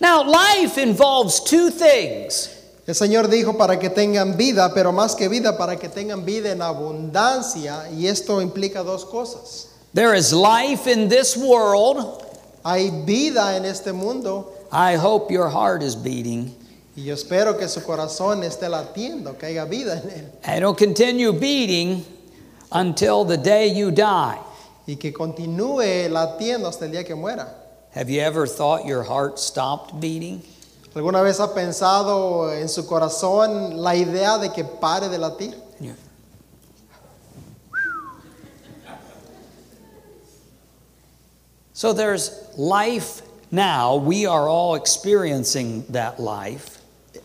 Speaker 1: Now, life involves two things
Speaker 2: El Señor dijo para que tengan vida, pero más que vida, para que tengan vida en abundancia. Y esto implica dos cosas.
Speaker 1: there is life in this world.
Speaker 2: Hay vida en este mundo
Speaker 1: I hope your heart is beating.
Speaker 2: y yo espero que su corazón esté latiendo, que haya vida en él.
Speaker 1: And it'll continue beating until the day you die.
Speaker 2: y que continúe latiendo hasta el día que muera.
Speaker 1: Have you ever thought your heart stopped beating?
Speaker 2: ¿Alguna vez ha pensado en su corazón la idea de que pare de latir?
Speaker 1: You- So there's life now. We are all experiencing that life.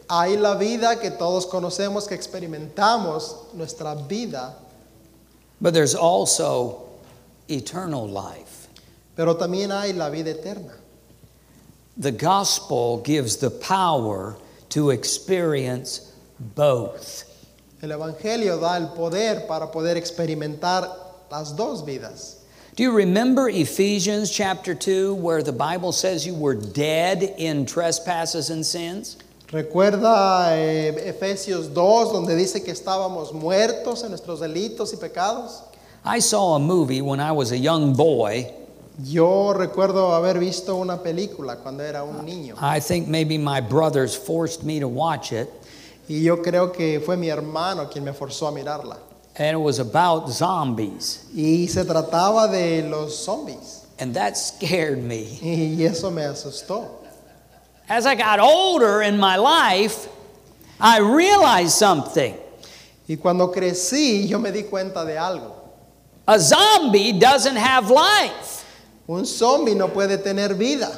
Speaker 2: Hay la vida que todos conocemos, que experimentamos, nuestra vida,
Speaker 1: But there's also eternal life.
Speaker 2: pero también hay la vida eterna.
Speaker 1: The gospel gives the power to experience both.
Speaker 2: El Evangelio da el poder para poder experimentar las dos vidas.
Speaker 1: Do you remember Ephesians chapter 2, where the Bible says you were dead in trespasses and sins?
Speaker 2: Recuerda eh, Efesios 2, donde dice que estábamos muertos en nuestros delitos y pecados.
Speaker 1: I saw a movie when I was a young boy.
Speaker 2: Yo recuerdo haber visto una película cuando era un niño.
Speaker 1: I think maybe my brothers forced me to watch it,
Speaker 2: Y yo creo que fue mi hermano quien me forzó a mirarla.
Speaker 1: and it was about zombies,
Speaker 2: Y se trataba de los zombies.
Speaker 1: and that scared me.
Speaker 2: Y eso me asustó.
Speaker 1: As I got older in my life, I realized something.
Speaker 2: Y cuando crecí, yo me di cuenta de algo.
Speaker 1: A zombie doesn't have life.
Speaker 2: Un zombie no puede tener vida.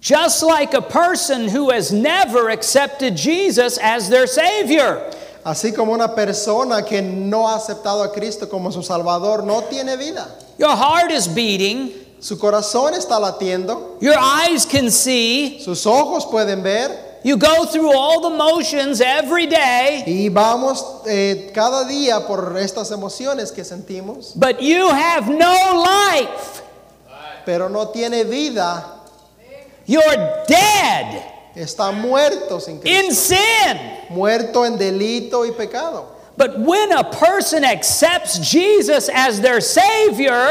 Speaker 1: Just like a person who has never accepted Jesus as their Savior.
Speaker 2: Así como una persona que no ha aceptado a Cristo como su Salvador no tiene vida.
Speaker 1: Your heart is beating,
Speaker 2: Su corazón está latiendo,
Speaker 1: your eyes can see,
Speaker 2: sus ojos pueden ver,
Speaker 1: You go through all the motions every day,
Speaker 2: Y vamos eh, cada día por estas emociones que sentimos,
Speaker 1: but you have no life.
Speaker 2: pero no tiene vida,
Speaker 1: You're dead
Speaker 2: está muerto sin Cristo,
Speaker 1: in sin.
Speaker 2: muerto en delito y pecado.
Speaker 1: But when a person accepts Jesus as their Savior,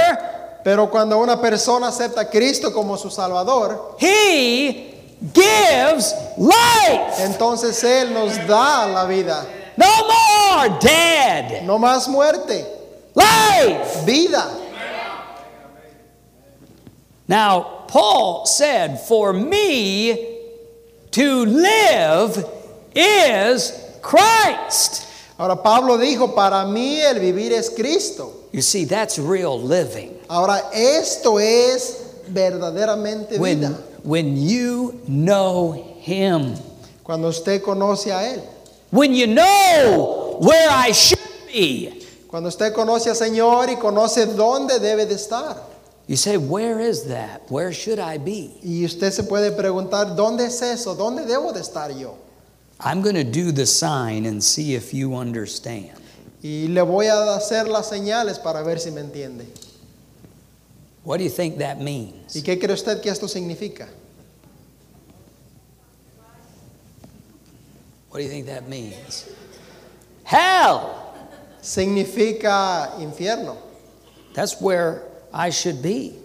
Speaker 2: Pero cuando una persona acepta a Cristo como su Salvador,
Speaker 1: He gives life.
Speaker 2: entonces Él nos da la vida,
Speaker 1: No more dead.
Speaker 2: no más muerte,
Speaker 1: Life.
Speaker 2: vida.
Speaker 1: Now, Paul said, For me to live is Christ.
Speaker 2: Ahora Pablo dijo, para mí el vivir es Cristo.
Speaker 1: You see, that's real living.
Speaker 2: Ahora esto es verdaderamente
Speaker 1: When,
Speaker 2: vida,
Speaker 1: when you know Him,
Speaker 2: cuando usted conoce a Él.
Speaker 1: when you know where I should be,
Speaker 2: Cuando usted conoce al Señor y conoce dónde debe de estar.
Speaker 1: you say, Where is that? Where should I be?
Speaker 2: Y usted se puede preguntar, ¿dónde es eso? ¿Dónde debo de estar yo?
Speaker 1: I'm going to do the sign and see if you understand.
Speaker 2: Y le voy a hacer las señales para ver si me entiende.
Speaker 1: What do you think that
Speaker 2: ¿Y
Speaker 1: means?
Speaker 2: qué cree usted que esto significa?
Speaker 1: What do you think that means? Hell!
Speaker 2: Significa infierno,
Speaker 1: That's where I should be.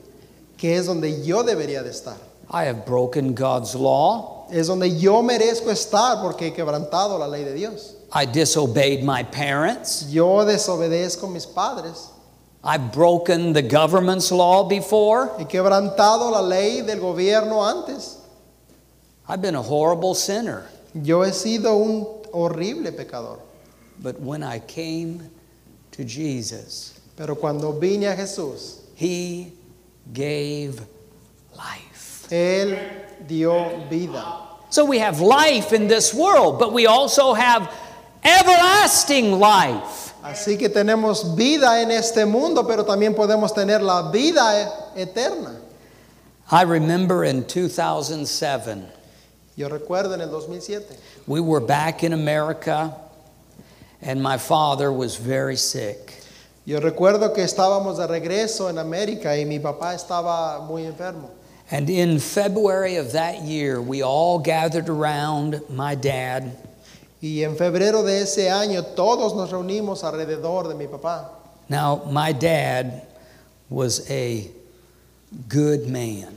Speaker 2: que es donde yo debería de estar.
Speaker 1: I have broken God's law.
Speaker 2: Es donde yo merezco estar porque he quebrantado la ley de Dios.
Speaker 1: I disobeyed my parents.
Speaker 2: Yo desobedezco a mis padres.
Speaker 1: I've broken the government's law before.
Speaker 2: He quebrantado la ley del gobierno antes.
Speaker 1: I've been a horrible sinner.
Speaker 2: Yo he sido un horrible pecador.
Speaker 1: But when I came to Jesus,
Speaker 2: Pero cuando vine a Jesús,
Speaker 1: He gave life.
Speaker 2: Él dio vida.
Speaker 1: So we have life in this world, but we also have everlasting life.
Speaker 2: Así que tenemos vida en este mundo, pero también podemos tener la vida e- eterna.
Speaker 1: I remember in 2007,
Speaker 2: Yo recuerdo en el 2007,
Speaker 1: we were back in America, and my father was very sick.
Speaker 2: yo recuerdo que estábamos de regreso en América y mi papá estaba muy enfermo.
Speaker 1: And in February of that year, we all gathered around my dad,
Speaker 2: Y en febrero de ese año todos nos reunimos alrededor de mi papá.
Speaker 1: Now, my dad was a good man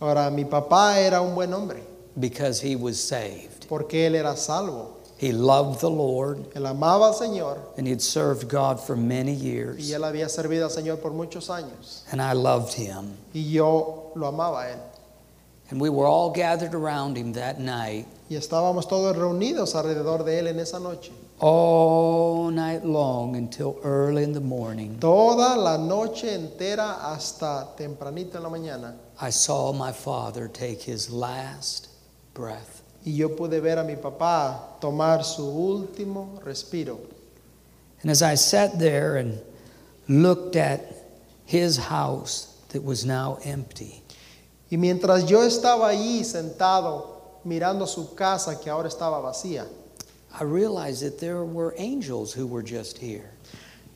Speaker 2: Ahora, mi papá era un buen hombre
Speaker 1: because he was saved.
Speaker 2: porque él era salvo.
Speaker 1: He loved the Lord
Speaker 2: Él amaba al Señor
Speaker 1: and he'd served God for many
Speaker 2: y
Speaker 1: years.
Speaker 2: él había servido al Señor por muchos años.
Speaker 1: And I loved him.
Speaker 2: Y yo lo amaba a él.
Speaker 1: And we were all gathered around him that night,
Speaker 2: Y estábamos todos reunidos alrededor de él en esa noche.
Speaker 1: all night long until early in the morning.
Speaker 2: Toda la noche entera hasta tempranito en la mañana.
Speaker 1: I saw my father take his last breath.
Speaker 2: Y yo pude ver a mi papá tomar su último respiro.
Speaker 1: And as I sat there and looked at his house that was now empty,
Speaker 2: Y mientras yo estaba allí sentado mirando su casa que ahora estaba vacía,
Speaker 1: I realized that there were angels who were just here.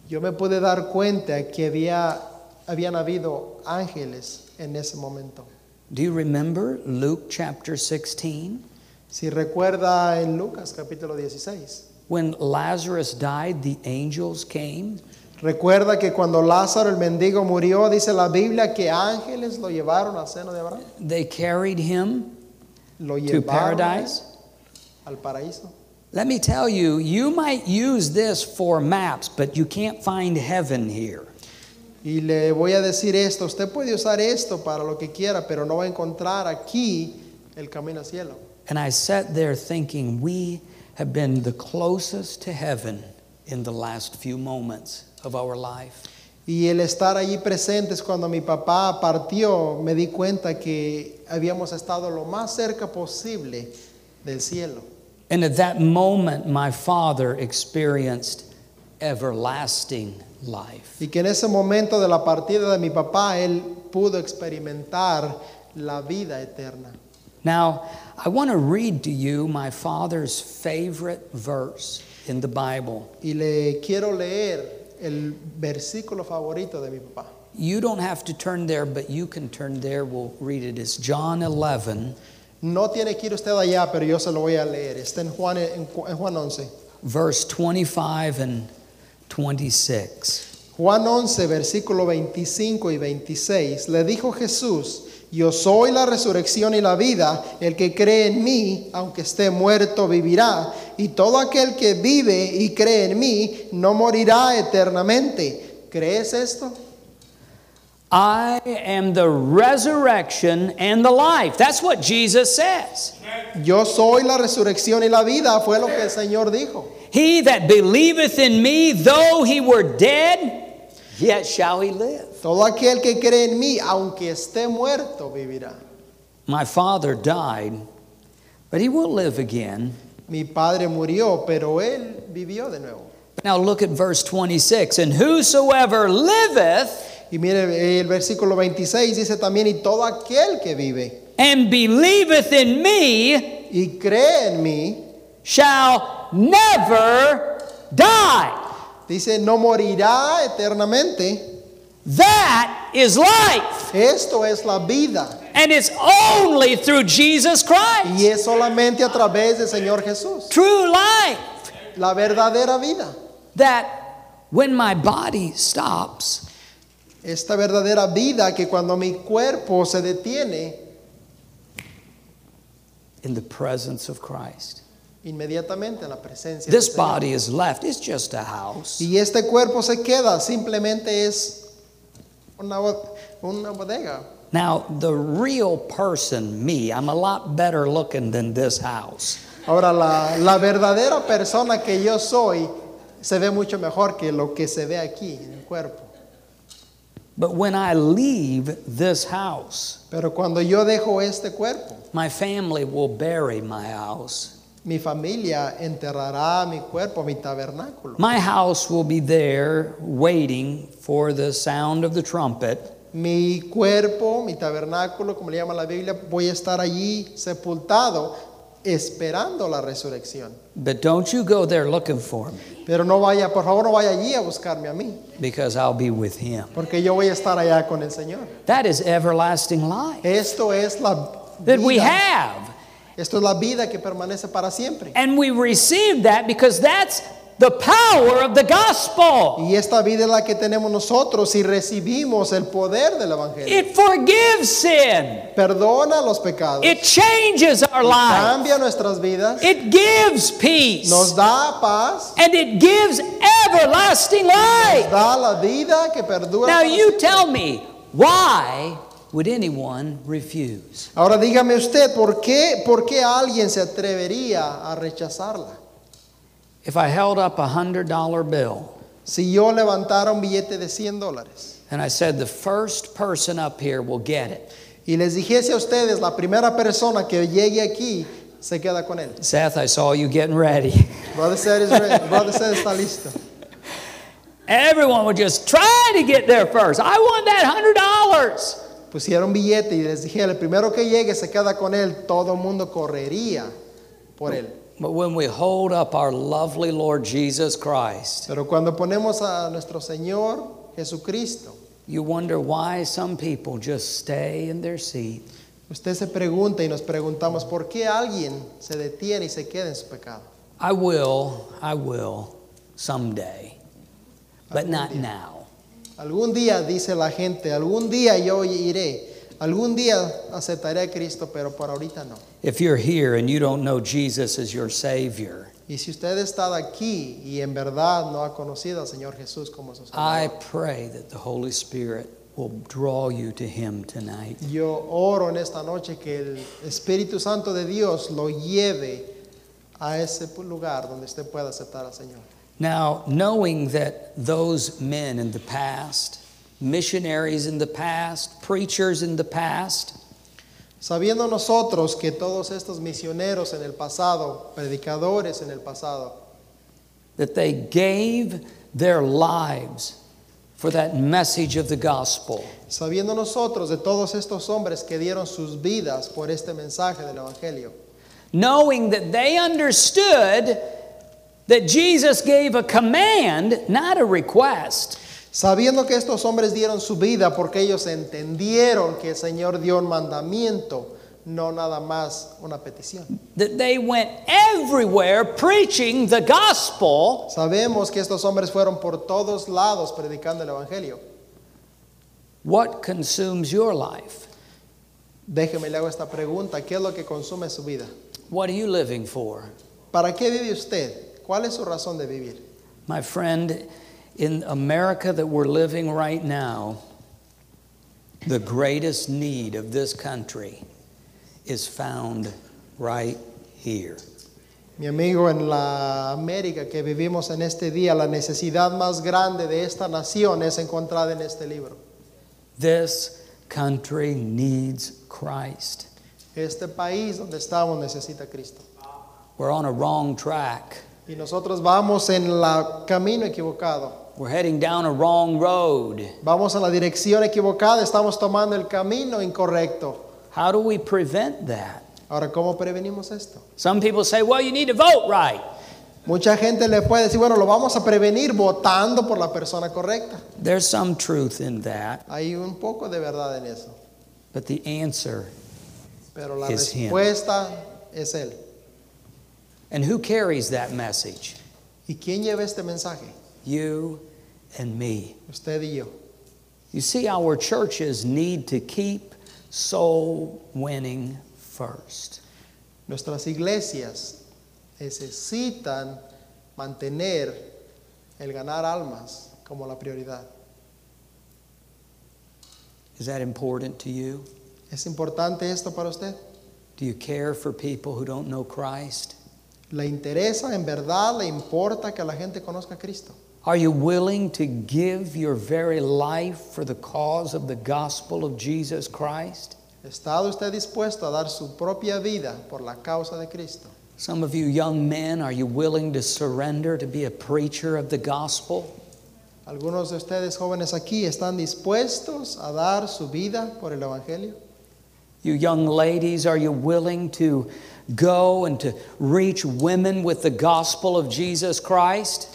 Speaker 2: yo me pude dar cuenta que había, habían habido ángeles en ese momento.
Speaker 1: Do you remember Luke chapter 16?
Speaker 2: Si recuerda en Lucas capítulo 16,
Speaker 1: When Lazarus died, the angels came.
Speaker 2: recuerda que cuando Lázaro el mendigo murió, dice la Biblia que ángeles lo llevaron al seno de Abraham.
Speaker 1: They carried him
Speaker 2: Lo
Speaker 1: to
Speaker 2: llevaron
Speaker 1: paradise.
Speaker 2: al paraíso.
Speaker 1: Let me tell you, you might use this for maps, but you can't find heaven here.
Speaker 2: Y le voy a decir esto, usted puede usar esto para lo que quiera, pero no va a encontrar aquí el camino al cielo.
Speaker 1: And I sat there thinking, we have been the closest to heaven in the last few moments of our life.
Speaker 2: Y el estar allí presentes cuando mi papá partió, me di cuenta que habíamos estado lo más cerca posible del cielo.
Speaker 1: And at that moment, my father experienced everlasting life.
Speaker 2: Y que en ese momento de la partida de mi papá, él pudo experimentar la vida eterna.
Speaker 1: Now, I want to read to you my father's favorite verse in the Bible.
Speaker 2: Y le quiero leer el versículo favorito de mi papá.
Speaker 1: You don't have to turn there, but you can turn there. We'll read it. It's John 11,
Speaker 2: No tiene que ir usted allá, pero yo se lo voy a leer. Está en Juan, en Ju- en Juan 11.
Speaker 1: verse 25 and 26.
Speaker 2: Juan 11, versículo 25 y 26, le dijo Jesús, yo soy la resurrección y la vida, el que cree en mí, aunque esté muerto, vivirá, y todo aquel que vive y cree en mí, no morirá eternamente. ¿Crees esto?
Speaker 1: I am the resurrection and the life. That's what Jesus says.
Speaker 2: Yo soy la resurrección y la vida, fue lo que el Señor dijo.
Speaker 1: He that believeth in me, though he were dead, yet shall he live.
Speaker 2: Todo aquel que cree en mí, aunque esté muerto, vivirá.
Speaker 1: My father died, but he will live again.
Speaker 2: Mi padre murió, pero él vivió de nuevo.
Speaker 1: Now look at verse 26. And whosoever liveth
Speaker 2: Y mire, el versículo 26 dice también, y todo aquel que vive
Speaker 1: and believeth in me
Speaker 2: y cree en mí,
Speaker 1: shall never die.
Speaker 2: dice, no morirá eternamente.
Speaker 1: That is life.
Speaker 2: Esto es la vida.
Speaker 1: And it's only through Jesus Christ.
Speaker 2: Y es solamente a través del Señor Jesús,
Speaker 1: True life.
Speaker 2: la verdadera vida.
Speaker 1: That when my body stops,
Speaker 2: Esta verdadera vida que cuando mi cuerpo se detiene,
Speaker 1: in the presence of Christ,
Speaker 2: inmediatamente en la presencia. del
Speaker 1: this
Speaker 2: Señor.
Speaker 1: body is left. It's just a house.
Speaker 2: Y este cuerpo se queda, simplemente es una, bo- una bodega.
Speaker 1: Now, the real person, me, I'm a lot better looking than this house.
Speaker 2: Ahora, la, la verdadera persona que yo soy se ve mucho mejor que lo que se ve aquí en el cuerpo.
Speaker 1: But when I leave this house,
Speaker 2: Pero cuando yo dejo este cuerpo,
Speaker 1: my family will bury my house.
Speaker 2: mi familia enterrará mi cuerpo, mi tabernáculo.
Speaker 1: My house will be there waiting for the sound of the trumpet
Speaker 2: Mi cuerpo, mi tabernáculo, como le llama la Biblia, voy a estar allí sepultado esperando la resurrección.
Speaker 1: But don't you go there looking for me
Speaker 2: Pero no vaya, por favor, no vaya allí a buscarme a mí,
Speaker 1: because I'll be with him.
Speaker 2: porque yo voy a estar allá con el Señor.
Speaker 1: That is everlasting life
Speaker 2: Esto es la
Speaker 1: that we
Speaker 2: vida,
Speaker 1: have.
Speaker 2: esto es la vida que permanece para siempre.
Speaker 1: And we receive that because that's the power of the gospel.
Speaker 2: Y esta vida es la que tenemos nosotros y recibimos el poder del Evangelio.
Speaker 1: It forgives sin,
Speaker 2: Perdona los pecados.
Speaker 1: it changes our life,
Speaker 2: Cambia nuestras vidas.
Speaker 1: it gives peace,
Speaker 2: Nos da paz.
Speaker 1: and it gives everlasting life.
Speaker 2: Da la vida que perdura.
Speaker 1: Now,
Speaker 2: para
Speaker 1: you
Speaker 2: siempre.
Speaker 1: tell me, why would anyone refuse?
Speaker 2: Ahora dígame usted, ¿por qué, ¿por qué alguien se atrevería a rechazarla?
Speaker 1: If I held up a $100 bill,
Speaker 2: Si yo levantara un billete de 100 dólares
Speaker 1: And I said, the first person up here will get it.
Speaker 2: y les dijese a ustedes, la primera persona que llegue aquí se queda con él.
Speaker 1: Seth, I saw you getting ready.
Speaker 2: Brother Seth is ready. Brother Seth está listo.
Speaker 1: Everyone would just try to get there first. I want that $100.
Speaker 2: pusieron billete y les dije, el primero que llegue se queda con él, todo el mundo correría por él.
Speaker 1: But when we hold up our lovely Lord Jesus Christ,
Speaker 2: Pero cuando ponemos a nuestro Señor Jesucristo,
Speaker 1: you wonder why some people just stay in their seat
Speaker 2: usted se pregunta y nos preguntamos, ¿por qué alguien se detiene y se queda en su pecado?
Speaker 1: I will, I will someday, but not now.
Speaker 2: Algún día, dice la gente, algún día yo iré, algún día aceptaré a Cristo, pero por ahorita no.
Speaker 1: If you're here and you don't know Jesus as your Savior,
Speaker 2: Y si usted ha estado aquí y en verdad no ha conocido al Señor Jesús como su
Speaker 1: I
Speaker 2: Salvador,
Speaker 1: pray that the Holy Spirit will draw you to Him tonight.
Speaker 2: Yo oro en esta noche que el Espíritu Santo de Dios lo lleve a ese pu- lugar donde usted pueda aceptar al Señor.
Speaker 1: Now, knowing that those men in the past, missionaries in the past, preachers in the past,
Speaker 2: Sabiendo nosotros que todos estos misioneros en el pasado, predicadores en el pasado,
Speaker 1: that they gave their lives for that message of the gospel.
Speaker 2: sabiendo nosotros de todos estos hombres que dieron sus vidas por este mensaje del Evangelio,
Speaker 1: knowing that they understood that Jesus gave a command, not a request.
Speaker 2: sabiendo que estos hombres dieron su vida porque ellos entendieron que el Señor dio un mandamiento, no nada más una petición.
Speaker 1: That they went everywhere preaching the gospel,
Speaker 2: Sabemos que estos hombres fueron por todos lados predicando el Evangelio.
Speaker 1: what consumes your life?
Speaker 2: Déjeme le hago esta pregunta, ¿qué es lo que consume su vida?
Speaker 1: What are you living for?
Speaker 2: ¿Para qué vive usted? ¿Cuál es su razón de vivir?
Speaker 1: My friend, in America that we're living right now, the greatest need of this country is found right here.
Speaker 2: Mi amigo, en la América que vivimos en este día, la necesidad más grande de esta nación es encontrada en este libro.
Speaker 1: This country needs Christ.
Speaker 2: Este país donde estamos necesita a Cristo.
Speaker 1: We're on a wrong track.
Speaker 2: Y nosotros vamos en el camino equivocado.
Speaker 1: We're heading down a wrong road.
Speaker 2: Vamos en la dirección equivocada, estamos tomando el camino incorrecto.
Speaker 1: How do we prevent that?
Speaker 2: Ahora, ¿cómo prevenimos esto?
Speaker 1: Some people say, well, you need to vote right.
Speaker 2: Mucha gente le puede decir, bueno, lo vamos a prevenir votando por la persona correcta.
Speaker 1: There's some truth in that,
Speaker 2: Hay un poco de verdad en eso.
Speaker 1: but the answer,
Speaker 2: Pero la
Speaker 1: Es him.
Speaker 2: respuesta es Él.
Speaker 1: and who carries that message?
Speaker 2: ¿Y quién lleva este mensaje?
Speaker 1: You and me.
Speaker 2: Usted y yo.
Speaker 1: You see, our churches need to keep soul winning first.
Speaker 2: Nuestras iglesias necesitan mantener el ganar almas como la prioridad.
Speaker 1: Is that important to you?
Speaker 2: ¿Es importante esto para usted?
Speaker 1: Do you care for people who don't know Christ?
Speaker 2: ¿Le interesa en verdad, le importa que la gente conozca a Cristo?
Speaker 1: Are you willing to give your very life for the cause of the gospel of Jesus Christ?
Speaker 2: ¿Está usted dispuesto a dar su propia vida por la causa de Cristo?
Speaker 1: Some of you young men, are you willing to surrender to be a preacher of the gospel?
Speaker 2: ¿Algunos de ustedes jóvenes aquí están dispuestos a dar su vida por el Evangelio?
Speaker 1: You young ladies, are you willing to go and to reach women with the gospel of Jesus Christ?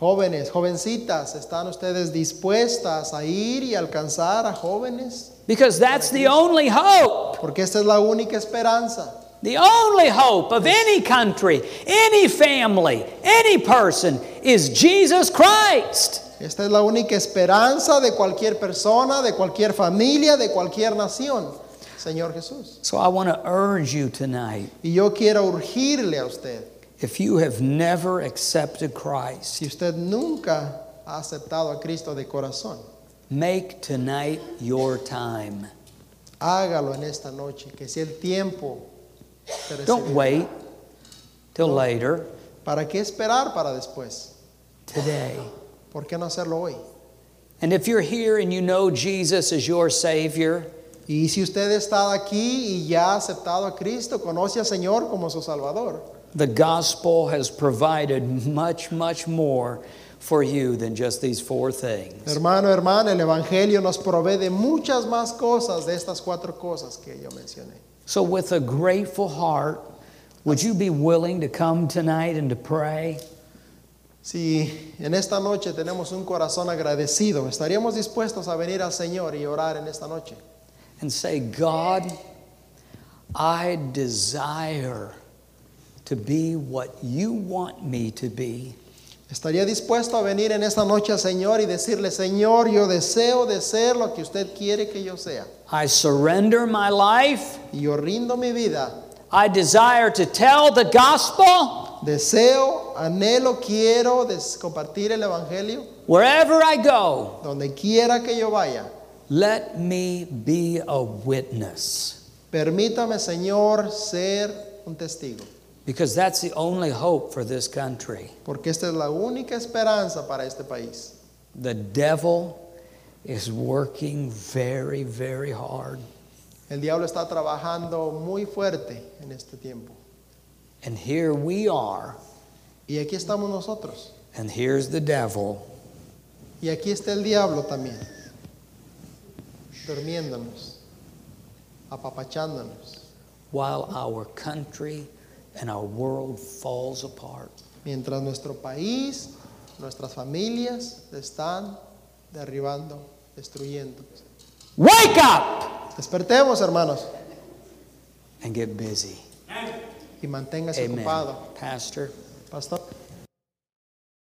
Speaker 2: Jóvenes, jovencitas, ¿están ustedes dispuestas a ir y alcanzar a jóvenes?
Speaker 1: Because that's the only hope,
Speaker 2: Porque esta es la única esperanza.
Speaker 1: the only hope of any country, any family, any person is Jesus Christ.
Speaker 2: Esta es la única esperanza de cualquier persona, de cualquier familia, de cualquier nación, Señor Jesús.
Speaker 1: So I want to urge you tonight
Speaker 2: Y yo quiero urgirle a usted,
Speaker 1: if you have never accepted Christ,
Speaker 2: si usted nunca ha aceptado a Cristo de corazón,
Speaker 1: make tonight your time.
Speaker 2: hágalo en esta noche, que si el tiempo se
Speaker 1: Don't
Speaker 2: recibirá.
Speaker 1: wait till later.
Speaker 2: ¿Para qué esperar para después?
Speaker 1: Today.
Speaker 2: ¿Por qué no hacerlo hoy?
Speaker 1: And if you're here and you know Jesus as your Savior,
Speaker 2: Y si usted está aquí y ya ha aceptado a Cristo, conoce al Señor como su Salvador.
Speaker 1: the gospel has provided much, much more for you than just these four things.
Speaker 2: Hermano, hermana, el Evangelio nos provee de muchas más cosas de estas cuatro cosas que yo mencioné.
Speaker 1: So, with a grateful heart, would you be willing to come tonight and to pray?
Speaker 2: Si en esta noche tenemos un corazón agradecido, estaríamos dispuestos a venir al Señor y orar en esta noche
Speaker 1: and say, God, I desire to be what you want me to be.
Speaker 2: Estaría dispuesto a venir en esta noche al Señor y decirle, Señor, yo deseo de ser lo que usted quiere que yo sea.
Speaker 1: I surrender my life.
Speaker 2: Y yo rindo mi vida.
Speaker 1: I desire to tell the gospel
Speaker 2: Deseo, anhelo, quiero des- compartir el Evangelio
Speaker 1: wherever I go.
Speaker 2: donde quiera que yo vaya.
Speaker 1: Let me be a witness
Speaker 2: Permítame, Señor, ser un testigo.
Speaker 1: because that's the only hope for this country.
Speaker 2: Porque esta es la única esperanza para este país.
Speaker 1: The devil is working very, very hard,
Speaker 2: El diablo está trabajando muy fuerte en este tiempo.
Speaker 1: and here we are,
Speaker 2: Y aquí estamos nosotros.
Speaker 1: and here's the devil.
Speaker 2: Y aquí está el diablo también, durmiéndonos, apapachándonos.
Speaker 1: while our country and our world falls apart.
Speaker 2: mientras nuestro país, nuestras familias se están derribando, destruyendo.
Speaker 1: Wake up
Speaker 2: Despertemos, hermanos,
Speaker 1: and get busy.
Speaker 2: y manténgase
Speaker 1: Amen.
Speaker 2: ocupado,
Speaker 1: Pastor,
Speaker 2: pastor.